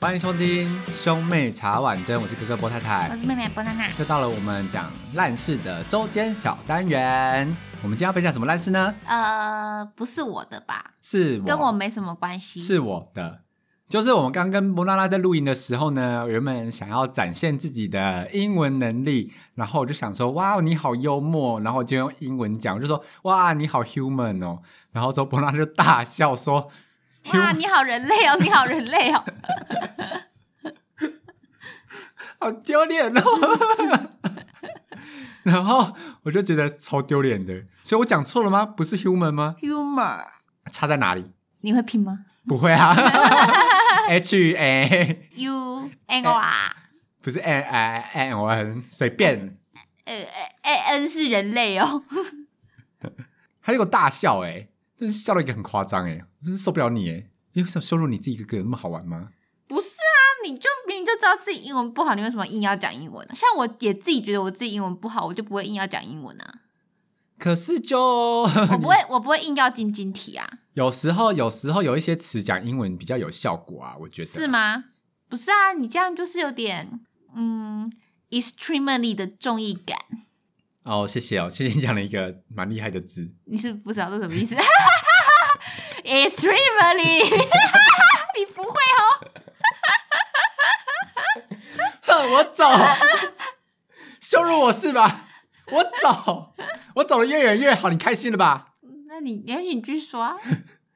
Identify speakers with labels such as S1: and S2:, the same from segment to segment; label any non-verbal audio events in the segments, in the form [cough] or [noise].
S1: 欢迎收听兄妹茶碗蒸，我是哥哥波太
S2: 我
S1: 太。
S2: 是妹妹 banana，
S1: 又到了我们讲烂事的周间小单元，我们今天要分享什么烂事呢？
S2: 呃，不是我的吧？
S1: 是我
S2: 跟我没什么关系。
S1: 是我的，就是我们刚跟波娜娜在录音的时候呢，原本想要展现自己的英文能力，然后我就想说，哇，你好幽默，然后我就用英文讲，我就说，哇，你好 human 哦，然后之后波娜娜就大笑说
S2: 哇，
S1: ，human，
S2: 你好人类哦，你好人类
S1: [laughs]
S2: 哦。
S1: 好丢脸哦。 [laughs] 然后我就觉得超丢脸的，所以我讲错了吗？不是 human 吗？
S2: Humor，
S1: 差在哪里？
S2: 你会拼吗
S1: 不会 [laughs] 啊，H A
S2: ？U N O R，
S1: [laughs] 不是 N I N O N，随便。
S2: 呃，A N 是人类哦。 [laughs]
S1: 他就给我大笑、欸，哎，真是笑到一个很夸张，哎，我真是受不了你、欸，哎，你为什么羞辱你自己一个个人那么好玩吗？
S2: 不是啊，你就明明就知道自己英文不好，你为什么硬要讲英文呢？像我也自己觉得我自己英文不好，我就不会硬要讲英文
S1: [laughs]
S2: 啊。
S1: 可是就
S2: 我不会，我不会硬要晶晶体啊，
S1: [laughs] 有时候，有时候有一些词讲英文比较有效果啊，我觉得
S2: 是？吗？不是啊，你这样就是有点嗯，extremely 的综艺感。
S1: 哦，谢谢哦，谢谢你讲了一个蛮厉害的字，
S2: 你是不知道这什么意思？Extremely，你不会哦。
S1: 哼， [laughs] 我走，羞辱我是吧？我走，我走的越远越好，你开心了吧？
S2: 那你也许你继续说啊。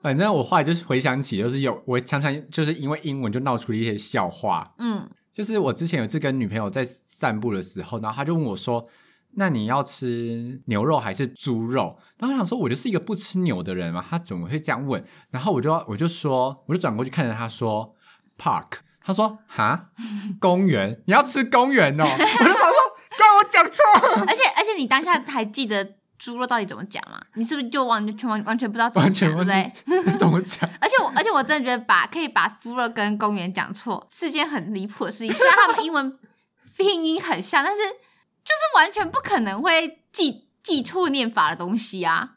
S1: 反正我后来就是回想起，就是有我常常就是因为英文就闹出了一些笑话，
S2: 嗯，
S1: 就是我之前有一次跟女朋友在散步的时候，然后她就问我说：“那你要吃牛肉还是猪肉？”然后我想说，我就是一个不吃牛的人嘛，她怎么会这样问？然后我就我就说，我就转过去看着她说：“Park。”她说：“哈，公园？你要吃公 [laughs] 园哦？”我就想说，怪我讲错，
S2: 而且而且你当下还记得猪肉到底怎么讲吗？你是不是就完全完完全不知道怎么
S1: 完全
S2: 讲，对不
S1: 忘
S2: 对？
S1: 记 [laughs] 怎么讲。
S2: 而且我而且我真的觉得把可以把猪肉跟公园讲错是件很离谱的事情，虽然他们英文拼音很像，但是就是完全不可能会记记错念法的东西啊。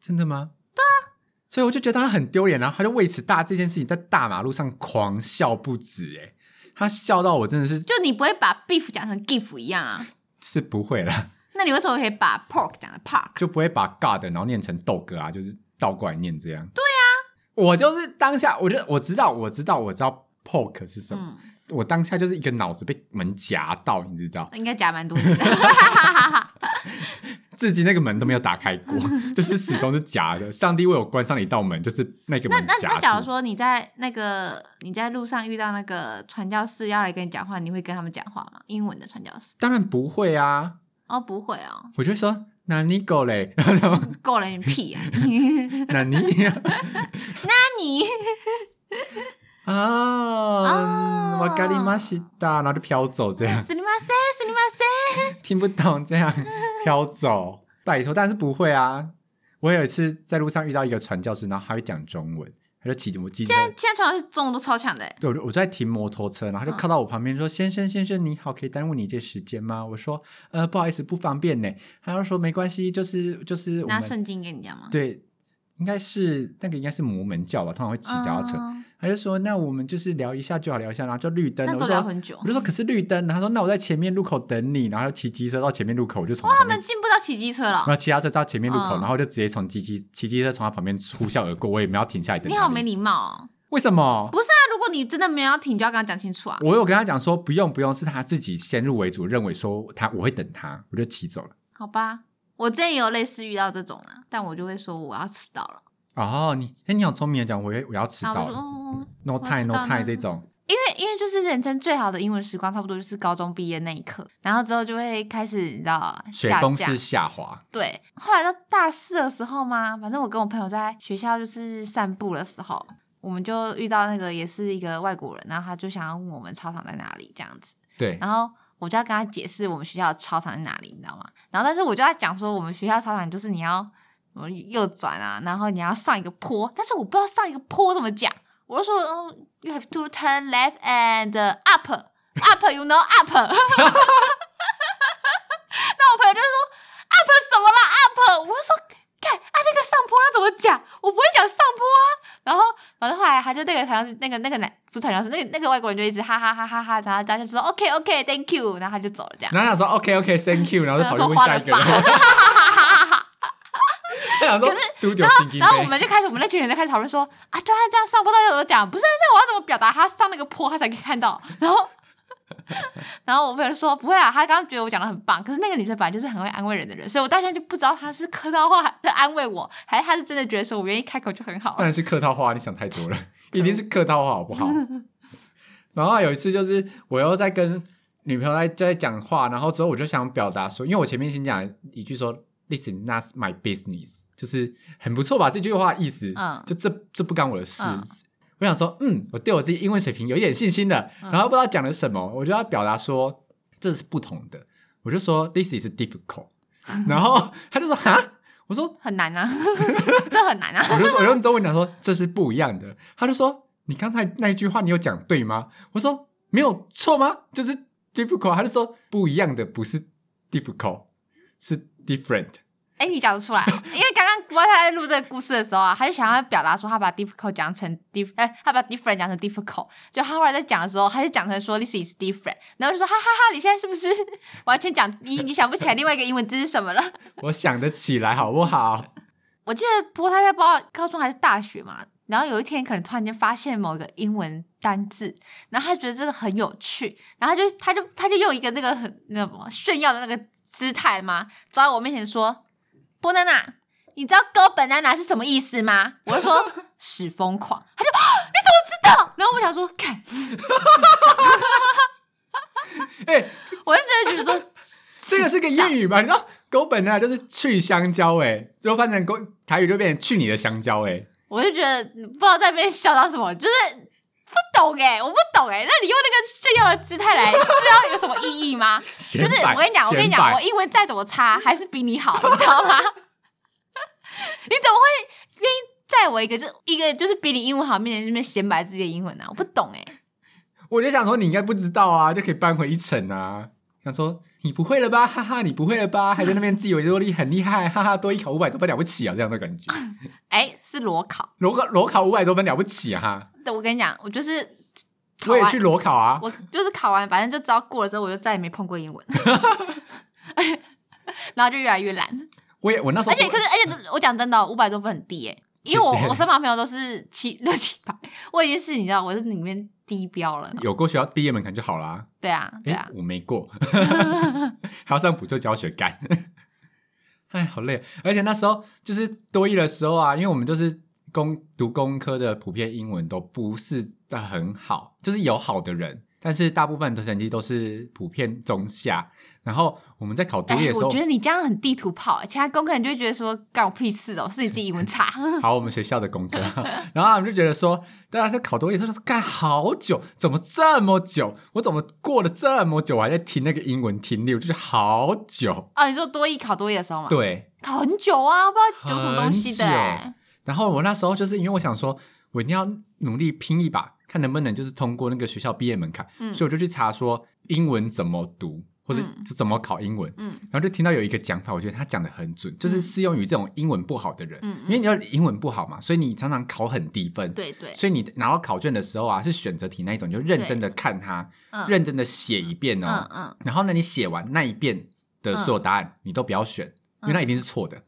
S1: 真的吗？对啊，所以我就觉得他很丢脸，然后他就为此大这件事情在大马路上狂笑不止，哎，他笑到我真的是
S2: 就你不会把 beef 讲成 gif 一样啊？
S1: 是不会了，
S2: 那你为什么可以把 pork 讲成 park？
S1: 就不会把 God 然后念成豆哥啊，就是倒过来念这样。对啊，我就是当下，我就我知道，我知道，我知道 pork 是什么，
S2: 嗯，
S1: 我当下就是一个脑子被门夹到，你知道，
S2: 应该夹蛮多的。哎、
S1: 至今那个门都没有打开
S2: [laughs]
S1: 过，就是始终是夹的。上帝为我关上了一道门， [laughs] 就是那个
S2: 那
S1: 门
S2: 那
S1: 夹
S2: 那，假如
S1: 住
S2: 说你在那个你在路上遇到那个传教士要来跟你讲话，你会跟他们讲话吗？英文的传教士？
S1: 当然不会啊，
S2: 哦，不会哦， [laughs]
S1: 我就说那你狗嘞， [laughs] 然后。
S2: 够了，你屁、
S1: [laughs]
S2: 啊！那
S1: 那你
S2: 你 [laughs]
S1: 啊，我咖喱玛西达，然后就飘走这样，
S2: すみません，すみません。
S1: 听不懂这样飘走， [laughs] 拜托，但是不会啊。我有一次在路上遇到一个传教士，然后他会讲中文，他就骑我骑车，
S2: 现在传教士中文都超强的欸，
S1: 对，我就我在停摩托车，然后他就靠到我旁边说：“先生，先生，你好，可以耽误你一些时间吗？”我说：“呃，不好意思，不方便呢。”他就说：“没关系，就是就是我
S2: 拿
S1: 们
S2: 圣经给你讲吗？
S1: 对，应该是那个应该是摩门教吧，通常会骑
S2: 嗯，
S1: 脚踏车。”他就说：“那我们就是聊一下就好，聊一下。”然后就绿灯了。呃
S2: 那
S1: 我
S2: 都
S1: 说
S2: 聊很久
S1: 我。就说：“可是绿灯。”然后他说：“那我在前面路口等你。”然后骑机车到前面路口，我就从他
S2: 他们进步到骑机车了
S1: 然后。骑他车到前面路口，
S2: 嗯
S1: 然后就直接从机机骑机车从他旁边呼啸而过，我也没有停下来等
S2: 你
S1: 他。
S2: 好没礼貌哦！
S1: 为什么？
S2: 不是啊，如果你真的没有要停，就要跟他讲清楚啊。
S1: 我有跟他讲说不用不用，是他自己先入为主，认为说他我会等他，我就骑走了。
S2: 好吧，我之前也有类似遇到这种啊，但我就会说我要迟到了，
S1: 哦，你哎，你好聪明的讲，我也我要迟
S2: 然后
S1: 到
S2: 我就说、
S1: 了
S2: 哦、
S1: ，no
S2: 我要
S1: time
S2: 迟到
S1: no time
S2: 呢
S1: 这种，
S2: 因为因为就是人生最好的英文时光，差不多就是高中毕业那一刻，然后之后就会开始你知道
S1: 雪
S2: 下
S1: 崩
S2: 降
S1: 式，下滑，
S2: 对。后来到大四的时候嘛，反正我跟我朋友在学校就是散步的时候，我们就遇到那个也是一个外国人，然后他就想要问我们操场在哪里这样子。
S1: 对，
S2: 然后我就要跟他解释我们学校的操场在哪里，你知道吗？然后但是我就要讲说，我们学校操场就是你要什么右转啊，然后你要上一个坡，但是我不知道上一个坡怎么讲，我就说，嗯，you have to turn left and up [laughs] up you know up，那 [laughs] 我朋友就说 up 什么啦 up，我就说。看啊，那个上坡要怎么讲？我不会讲上坡啊。然后，反正后来他哈，就那个传教士，那个那个男不是传教士，那个那个外国人就一直哈哈哈哈哈，然后大家就说 OK OK Thank you，然后他就走了这样。
S1: 然后他想说 OK OK Thank you，然后就跑
S2: 呃
S1: 去问下一个人，
S2: 然
S1: [laughs]
S2: 后
S1: 他想说丢丢心机
S2: 然后我
S1: 呗。
S2: 们就开始，我们那群人就开始讨论说啊，对啊，这样上坡到底怎么讲？不是，啊那我要怎么表达他上那个坡他才可以看到？然后， [laughs] 然后我朋友就说不会啊，他刚刚觉得我讲的很棒，可是那个女生本来就是很会安慰人的人，所以我当天就不知道她是客套话在安慰我，还是她是真的觉得说我愿意开口就很好
S1: 当。然是客套话，你想太多了， [laughs] 一定是客套话，好
S2: [laughs]
S1: 不好？然后有一次就是我又在跟女朋友在在讲话，然后之后我就想表达说，因为我前面先讲一句说，listen that's my business，就是很不错吧这句话意思，
S2: 嗯
S1: 就这这不干我的事。
S2: 嗯
S1: 我想说，嗯，我对我自己英文水平有一点信心的，
S2: 嗯
S1: 然后不知道讲了什么，我就要表达说这是不同的，我就说 this is
S2: [laughs]
S1: difficult，然后他就说哈，我说
S2: 很难啊， [laughs] 这很难啊。
S1: 我就说我用中文讲说这是不一样的，他就说你刚才那一句话你有讲对吗？我说没有错吗？就是 difficult，他就说不一样的不是 difficult，是 different。
S2: 哎、你讲得出来啊，因为刚刚国外他在录这个故事的时候啊，他就想要表达说他把 difficult 讲成 diff，哎、他把 different 讲成 difficult，就他后来在讲的时候，他就讲成说 this is different，然后就说哈哈哈，你现在是不 [laughs] 是完全讲你你想不起来另外一个英文字是什么了？
S1: 我想得起来好不好？
S2: 我记得，不过他在不知道高中还是大学嘛，然后有一天可能突然间发现某一个英文单字，然后他觉得这个很有趣，然后他就他就他就用一个那个很那什么炫耀的那个姿态嘛，走到我面前说：“banana，你知道 “go banana” 是什么意思吗？”我
S1: [laughs]
S2: 就说：“使疯狂。”他就、啊你怎么知道？然后我想说，看，
S1: 哎、
S2: 我就真的觉得说，
S1: [laughs] 这个是个谚语吧？你知道狗本来就是去香蕉、哎，如果翻成狗台语就变成去你的香蕉、哎。
S2: 我就觉得不知道在那边笑到什么，就是不懂哎、我不懂哎、那你用那个炫耀的姿态来，知道有什么意
S1: [laughs]
S2: 义吗？
S1: 就
S2: 就是我跟你讲，我跟你讲，我英文再怎么差，还是比你好，你知道吗？ [laughs] 你怎么会愿意在我一个就一个就是比你英文好面前这边显摆自己的英文呢、我不懂哎、
S1: 我就想说你应该不知道啊，就可以扳回一城啊。想说你不会了吧，哈哈，你不会了吧，还在那边自以为多厉很厉害，哈哈，多一考五百多分了不起啊，这样的感
S2: [laughs]
S1: 觉。
S2: 哎、是裸考。
S1: 裸考裸考五百多分了不起啊，哈，
S2: 对，我跟你讲，我就是
S1: 我
S2: 考完
S1: 也去裸考啊。
S2: 我就是考完，反正就只要过了之后，我就再也没碰过
S1: [laughs]
S2: 英文， [laughs] 然后就越来越懒。
S1: 我也我那时候
S2: 而且可是而且我讲真的哦，五百多分很低诶、因为我
S1: 谢谢
S2: 我身旁朋友都是七六七百，我已经是你知道我是里面低标了。
S1: 有过学校毕业门槛就好啦。
S2: 对啊，对
S1: 诶
S2: 啊，
S1: 我没过，
S2: [laughs]
S1: [laughs] 还要上补救教学干， [laughs] 哎，好累。而且那时候就是多一的时候啊，因为我们就是工读工科的，普遍英文都不是很好，就是有好的人，但是大部分的成绩都是普遍中下。然后我们在考多一的时
S2: 哎我
S1: 候
S2: 觉，得你这样很地图炮、欸其他功课你就会觉得说干我屁事哦，是你自己英文差。 [laughs]
S1: 考我们学校的功课，然后我们就觉得说，大家在考多一的时候就是干好久，怎么这么久？我怎么过了这么久，我还在听那个英文听力，我就觉得好久。
S2: 哦，你说多一考多一的时候嘛，
S1: 对，
S2: 考很久啊，不知道有什么东西的、欸
S1: 很然后我那时候就是因为我想说，我一定要努力拼一把，看能不能就是通过那个学校毕业门槛，
S2: 嗯
S1: 所以我就去查说英文怎么读，或者
S2: 嗯
S1: 是怎么考英文。
S2: 嗯
S1: 然后就听到有一个讲法，我觉得他讲的很准，就是适用于这种英文不好的人，
S2: 嗯
S1: 因
S2: 嗯
S1: 为你要英文不好嘛，所以你常常考很低分，
S2: 对对，
S1: 所以你拿到考卷的时候啊，是选择题那一种，你就认真的看它，
S2: 嗯
S1: 认真的写一遍哦。
S2: 嗯嗯，
S1: 然后呢，你写完那一遍的所有答案，你都不要选，
S2: 嗯
S1: 因为那一定是错的。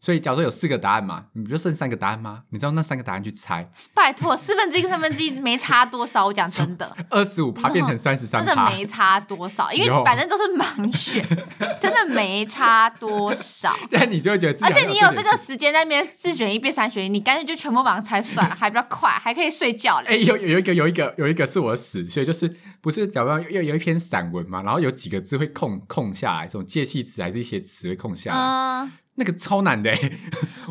S1: 所以，假如说有四个答案嘛，你不就剩三个答案吗？你知道那三个答案去猜， [laughs]
S2: 拜托，四分之一跟三分之一没差多少，我讲真的。
S1: 二十五趴变成三十三
S2: 真的
S1: 趴， [laughs]
S2: 没差多少，因
S1: 有
S2: 为反正都是盲选，真的没差多少。
S1: 但你就会觉得自己
S2: 而
S1: 好
S2: 且
S1: 像
S2: 你有这
S1: 点
S2: 个
S1: 事，
S2: 时间在那边自选一变三选一，你干脆就全部盲猜算了，还比较快，还可以睡觉
S1: 哎、
S2: 嘞。
S1: 有有一个有一个有一个是我的死穴，就是不是假如说有有一篇散文嘛，然后有几个字会空空下来，这种介系词还是一些词会空下来，
S2: 嗯，
S1: 那个超难的、欸，啊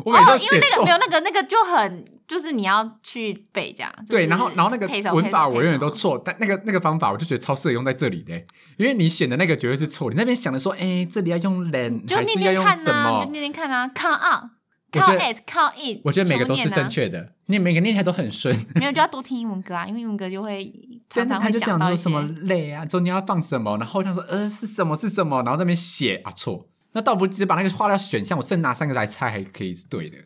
S1: [laughs] 我每次
S2: 哦，
S1: 都
S2: 因
S1: 写
S2: 为那
S1: 错
S2: 个没有那个那个就很，就是你要去背这样。
S1: 对，
S2: 就是
S1: 然后然后那
S2: 嗯配
S1: 个
S2: 手
S1: 文法
S2: 配手
S1: 我永远
S2: 配手
S1: 都错，但那个那个方法我就觉得超适合用在这里的欸，因为你选的那个绝对是错，你那边想的说，哎，这里要用 land
S2: 就
S1: 还
S2: 念
S1: 是要
S2: 念
S1: 用
S2: 看啊
S1: 什
S2: 呐，就
S1: 么？
S2: 念念看呐，count on。
S1: 我觉
S2: Count
S1: 得
S2: it, count it。
S1: 我觉得每个都是正
S2: 确，
S1: 确的，你每个念起来都很顺，
S2: 啊没有就要多听英文歌啊，因为英文歌就会
S1: 但
S2: 常
S1: 是
S2: 常
S1: 他
S2: 会
S1: 就
S2: 讲
S1: 想
S2: 到
S1: 说
S2: 一
S1: 什
S2: 些。
S1: 么累啊，中间要放什么，然后他说呃是什么是什么，然后在那边写啊错，那倒不如直接把那个划掉选项，我剩哪三个来猜还可以是对的。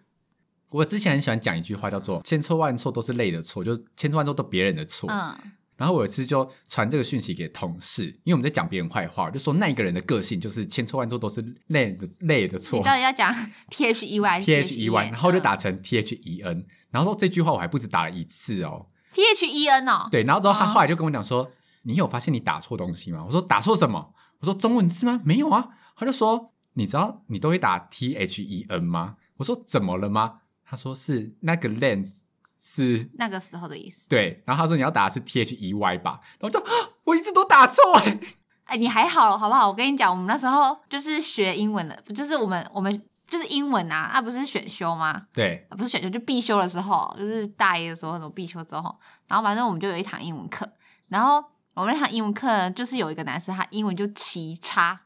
S1: 我之前很喜欢讲一句话，叫做“千错万错都是累的错”，就是千错万错都别人的错。
S2: 嗯
S1: 然后我有一次就传这个讯息给同事，因为我们在讲别人坏话，就说那一个人的个性就是千错万错都是累的累的错
S2: 你
S1: [laughs]
S2: 到底要讲 T H E Y
S1: ，T H E Y，然后
S2: 嗯
S1: 就打成 T H E N，然后这句话我还不止打了一次哦。
S2: T H E N 哦，
S1: 对，然后之后他
S2: 哦
S1: 后来就跟我讲说：“你有发现你打错东西吗？”我说：“打错什么？”我说：“中文字吗？”没有啊。他就说：“你知道你都会打 T H E N 吗？”我说：“怎么了吗？”他说：“是那个 lens 是
S2: 那个时候的意思。
S1: 对。”然后他说：“你要打的是 T H E Y 吧？”然后我就、啊我一直都打错、欸，
S2: 哎，你还好了，好不好？我跟你讲，我们那时候就是学英文的，不就是我们我们就是英文啊，啊不是选修吗？
S1: 对，
S2: 啊不是选修，就必修的时候，就是大一的时候，什么必修之后，然后反正我们就有一堂英文课，然后我们那堂英文课呢，就是有一个男生，他英文就奇差，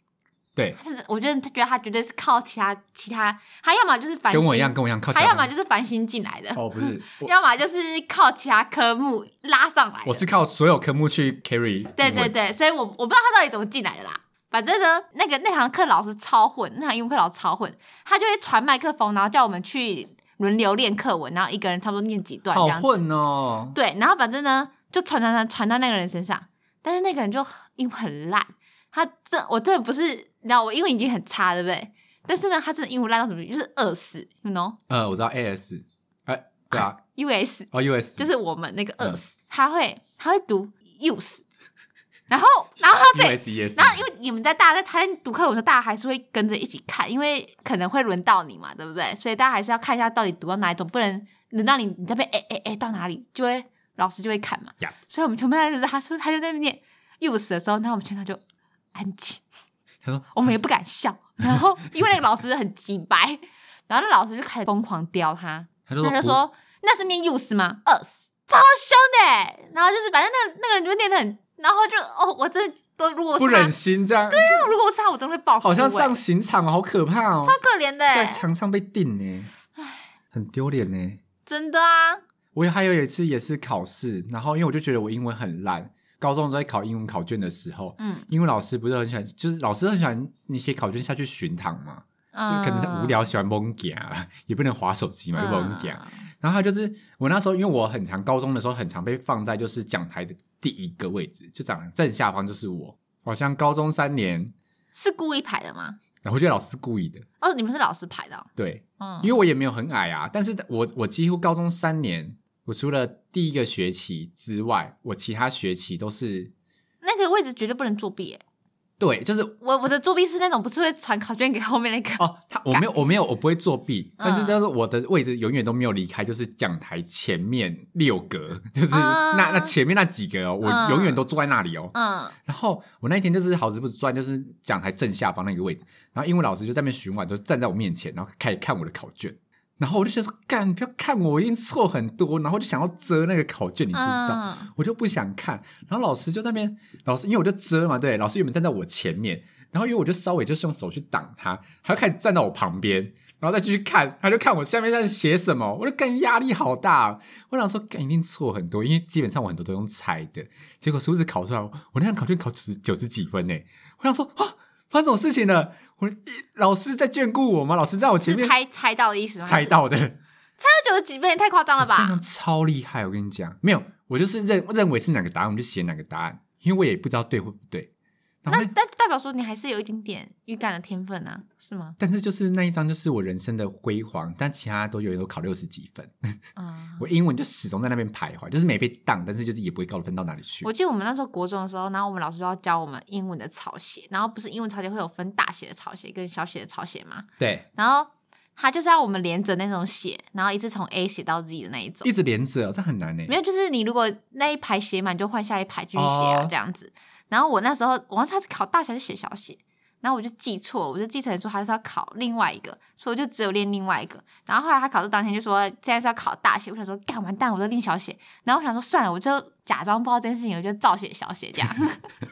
S1: 对，
S2: 他是我觉得他觉得他绝对是靠其他其他，他要么就是繁星，
S1: 跟我一样，跟我一样靠
S2: 他
S1: 墙
S2: 要么就是繁星进来的，
S1: 哦，不
S2: [laughs]
S1: 是，我
S2: 要么就是靠其他科目拉上来的。
S1: 我是靠所有科目去 carry
S2: 对
S1: 英
S2: 对
S1: 文
S2: 对，所以我我不知道他到底怎么进来的啦。反正呢，那个那堂课老师超混，那堂英文课老师超混，他就会传麦克风，然后叫我们去轮流练课文，然后一个人差不多念几段这
S1: 好
S2: 样子。
S1: 混哦，
S2: 对，然后反正呢，就传传传传到那个人身上，但是那个人就英文很烂，他这我真的不是，你知道我英文已经很差，对不对？但是呢，他真的英文烂到什么地步，就是饿死，you
S1: 呃，我知道 AS，哎、对啊，
S2: know，us
S1: 哦 US
S2: [laughs] 就是我们那个
S1: 嗯
S2: us，、他会他会读 use，然后然后他所以
S1: USES，
S2: 然后因为你们在大家在台读课文的时候，大家还是会跟着一起看，因为可能会轮到你嘛，对不对？所以大家还是要看一下到底读到哪里，总不能轮到你，你这边哎哎哎到哪里，就会老师就会看嘛。
S1: Yeah
S2: 所以我们全部在他说他就在那边念 use 的时候，那我们全场就安静，
S1: 他说
S2: 我们也不敢笑。然后因为那个老师很鸡白，然后那老师就开始疯狂刁他，
S1: [laughs] 他就
S2: 他就
S1: 不
S2: 说那是念 use 吗？us 超凶的欸、然后就是反正那个那个人就念的很，然后就哦，我真的都如果我是
S1: 不
S2: 他
S1: 忍心这样，对啊，
S2: 那如果我是他，我真的会爆哭、欸，
S1: 好像上刑场哦，好可怕哦，
S2: 超可怜的、
S1: 在
S2: 欸，
S1: 墙上被钉呢，很丢脸呢。
S2: 真的啊，
S1: 我也还有一次也是考试，然后因为我就觉得我英文很烂，高中在考英文考卷的时候，
S2: 嗯，
S1: 英文老师不是很喜欢，就是老师很喜欢你写考卷下去巡堂嘛，就
S2: 嗯
S1: 可能他无聊喜欢蒙啊，也不能划手机嘛，
S2: 嗯
S1: 又蒙点。然后他就是我那时候，因为我很常高中的时候很常被放在就是讲台的第一个位置，就讲正下方就是我，好像高中三年，
S2: 是故意排的吗？
S1: 然后我觉得老师是故意的，
S2: 哦，你们是老师排的哦、
S1: 对，
S2: 嗯，
S1: 因为我也没有很矮啊，但是我我几乎高中三年，我除了第一个学期之外，我其他学期都是
S2: 那个位置绝对不能作弊、欸，
S1: 对，就是
S2: 我我的作弊是那种不是会传考卷给后面那个，
S1: 哦，他我
S2: 干
S1: 没有我没有我不会作弊，
S2: 嗯
S1: 但是就是我的位置永远都没有离开，就是讲台前面六格，就是
S2: 啊
S1: 那、那前面那几个哦，我
S2: 嗯
S1: 永远都坐在那里哦。
S2: 嗯
S1: 然后我那一天就是好死不死转，就是讲台正下方那个位置，然后英文老师就在那边巡晚，就站在我面前，然后开始看我的考卷，然后我就觉得说，干，不要看我，我已经错很多，然后就想要遮那个考卷，你知不知道？
S2: 嗯，
S1: 我就不想看，然后老师就在那边，老师因为我就遮嘛，对，老师原本站在我前面，然后因为我就稍微就是用手去挡他，他就开始站到我旁边，然后再继续看，他就看我下面在写什么，我就感觉压力好大，哦我想说干一定错很多，因为基本上我很多都用猜的，结果殊不知考出来，我那张考卷考九十九十几分呢，我想说啊，发生这种事情了，我老师在眷顾我吗？老师在我前
S2: 是
S1: 面
S2: 猜猜到的意思吗？
S1: 猜到的。
S2: 那九十几分也太夸张了
S1: 哦 [laughs] 我非
S2: 吧？
S1: 常超厉害，我跟你讲，没有，我就是认认为是哪个答案，我就写哪个答案，因为我也不知道对或不对。然
S2: 那
S1: 后，
S2: 代代表说你还是有一点点预感的天分啊，是吗？
S1: 但是就是那一张就是我人生的辉煌，但其他都有都考六十几分，
S2: 嗯，
S1: 我英文就始终在那边徘徊，就是没被当，但是就是也不会高分到哪里去
S2: 我。记得我们那时候国中的时候，然后我们老师就要教我们英文的抄写，然后不是英文抄写会有分大写的抄写跟小写的抄写吗？
S1: 对，
S2: 然后他就是要我们连着那种写，然后一直从 A 写到 Z 的那一种
S1: 一。直连着、哦，这很难呢。
S2: 没有，就是你如果那一排写满，就换下一排继续写啊，
S1: 哦
S2: 这样子。然后我那时候，我忘记他是考大写还是写小写，然后我就记错了，我就记成说他是要考另外一个，所以我就只有练另外一个。然后后来他考试当天就说现在是要考大写，我想说干完蛋，我都练小写。然后我想说算了，我就假装不知道这件事情，我就照写小写这样。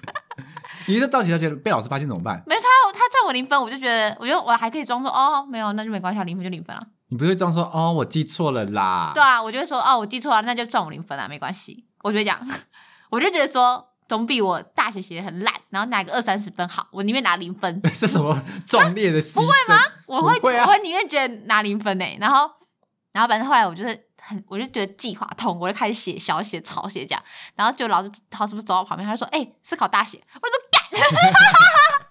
S2: [laughs]
S1: 你就照写小写被老师发现怎么办？
S2: 没有他，他算我零分，我就觉得，我觉得我还可以装作哦，没有，那就没关系啊，零分就零分啊。
S1: 你不会装说哦，我记错了啦。 [laughs]
S2: 对啊，我就会说哦，我记错了，那就算我零分啊，没关系。我就会讲， [laughs] 我就觉得说，总比我大学写的很烂，然后拿个二三十分好，我宁愿拿
S1: [laughs]
S2: 零分。啊
S1: 这什么壮烈的牺牲？不会吗？
S2: 我会，
S1: 不会啊
S2: 欸我会宁愿觉得拿零分呢、然后然后反正后来我就是很，我就觉得计划通，我就开始写小写、草写这样。然后就老师老师不是走到我旁边，他就说：“哎、是考大写。”我就说：“干！” [laughs]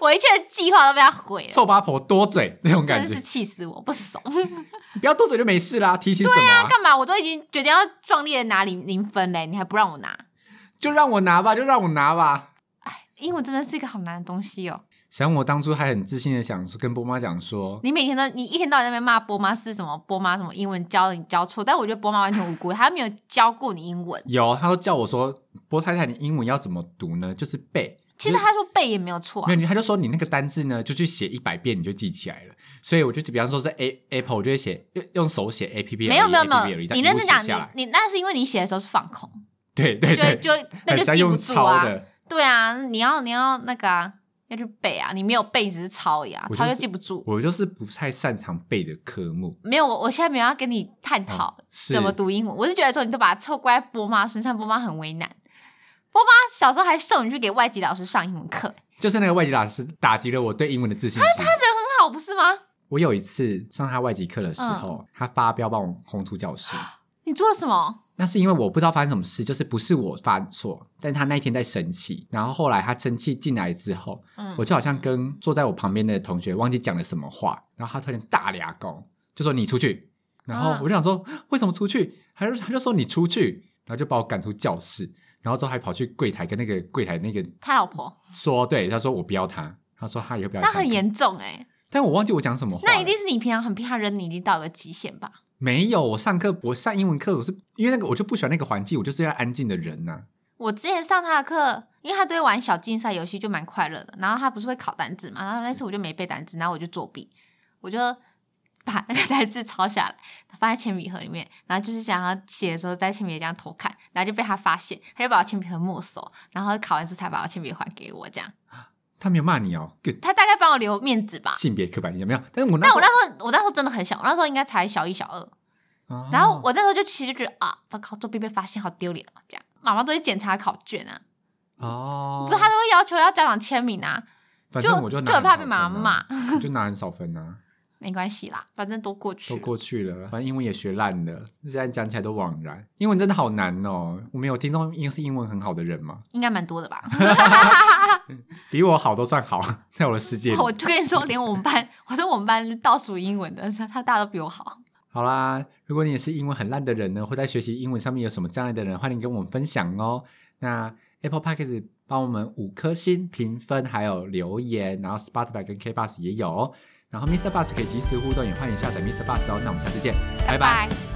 S2: 我一切的计划都被他毁了，
S1: 臭八婆多嘴这种
S2: 真
S1: 感
S2: 的
S1: 觉
S2: 是，气死我，不爽。
S1: 不要多嘴就没事啦。提醒什么、啊？
S2: 干嘛？我都已经决定要壮烈的拿零零分嘞，你还不让我拿？
S1: 就让我拿吧，就让我拿吧。
S2: 哎，英文真的是一个好难的东西哦。
S1: 想我当初还很自信的想说，跟波妈讲说，
S2: 你每天都你一天到晚在那边骂波妈是什么波妈什么英文教的你教错，但我觉得波妈完全无辜，她没有教过你英文。
S1: 有，她都叫我说，波太太，你英文要怎么读呢？就是背。
S2: 其实她说背也没有错、啊
S1: 没，有，你他就说你那个单字呢，就去写一百遍，你就记起来了。所以我就比方说是 A Apple，我就会写用用手写 A P P，
S2: 没有没有没有，你
S1: 你
S2: 认真讲，
S1: 下来，
S2: 你你那是因为你写的时候是放空，
S1: 对对
S2: 就会
S1: 对，
S2: 就会那
S1: 很
S2: 就
S1: 像
S2: 记不
S1: 用
S2: 住
S1: 抄
S2: 啊。
S1: 的。
S2: 对啊，你要你要那个啊，要去背啊，你没有背你只是抄而已啊，
S1: 我就
S2: 抄就是记不住。
S1: 我就是不太擅长背的科目，
S2: 没有，我我现在没有要跟你探讨
S1: 嗯是
S2: 怎么读英文，我是觉得说你都把它凑怪在波妈身上，波妈很为难。波妈小时候还送你去给外籍老师上英文课，她
S1: 就是那个外籍老师打击了我对英文的自信心。
S2: 人很好，不是吗？
S1: 我有一次上他外籍课的
S2: 嗯
S1: 时候，他发飙把我轰出教室。
S2: 你做了什么？
S1: 那是因为我不知道发生什么事，就是不是我犯错，但他那一天在生气，然后后来他生气进来之后，
S2: 嗯，
S1: 我就好像跟坐在我旁边的同学忘记讲了什么话，然后他突然大俩拱，就说你出去，然后
S2: 啊
S1: 我就想说为什么出去，他就他就说你出去，然后就把我赶出教室，然后之后还跑去柜台跟那个柜台那个
S2: 他老婆，
S1: 说，对，他说我不要他，他说他以后不要，
S2: 那很，严重哎、
S1: 但我忘记我讲什么话了，
S2: 那一定是你平常很怕人，你已经到了极限吧？
S1: 没有，我上课我上英文课，我是因为那个我就不喜欢那个环境，我就是要安静的人啊呐、
S2: 我之前上他的课，因为他对玩小竞赛游戏就蛮快乐的，然后他不是会考单字嘛，然后那次我就没背单字，然后我就作弊，我就把那个单字抄下来，放在铅笔盒里面，然后就是想要写的时候在铅笔盒这样偷看，然后就被他发现，他就把我铅笔盒没收，然后考完试才把我铅笔盒还给我，这样
S1: 他没有骂你哦，good，
S2: 他大概帮我留面子吧。
S1: 性别刻板印象没有，但是我那
S2: 但
S1: 时候，
S2: 我那时候，我那时候真的很小，我那时候应该才小一、小二，
S1: 哦
S2: 然后我那时候就其实就觉得啊，糟糕，作弊被发现，好丢脸哦，这样。妈妈都会检查考卷啊，
S1: 哦，
S2: 不是她都会要求要家长签名啊，
S1: 反
S2: 就
S1: 正我就拿
S2: 很怕被
S1: 很少
S2: 妈
S1: 分
S2: 妈
S1: 啊
S2: 骂，， [laughs]
S1: 我就拿很少分啊，
S2: 没关系啦，反正都过去
S1: 都
S2: 了。
S1: 过去了，反正英文也学烂了，现在讲起来都枉然。英文真的好难哦，我们有听众英是英文很好的人吗？
S2: 应该蛮
S1: [laughs]
S2: 多的吧？
S1: 比我好都算好， [laughs] 在我的世界里。
S2: [laughs] 我就跟你说，连我们班，我说我们班倒数英文的，他他大家都比我好。
S1: 好啦，如果你也是英文很烂的人呢，或在学习英文上面有什么障碍的人，欢迎跟我们分享哦。那 Apple Podcast 帮我们五颗星评分，还有留言，然后 Spotify 跟 K Bus 也有哦、然后 Mr. Bus 可以及时互动，也欢迎下载 Mr. Bus 哦。那我们下次见，拜拜
S2: 拜。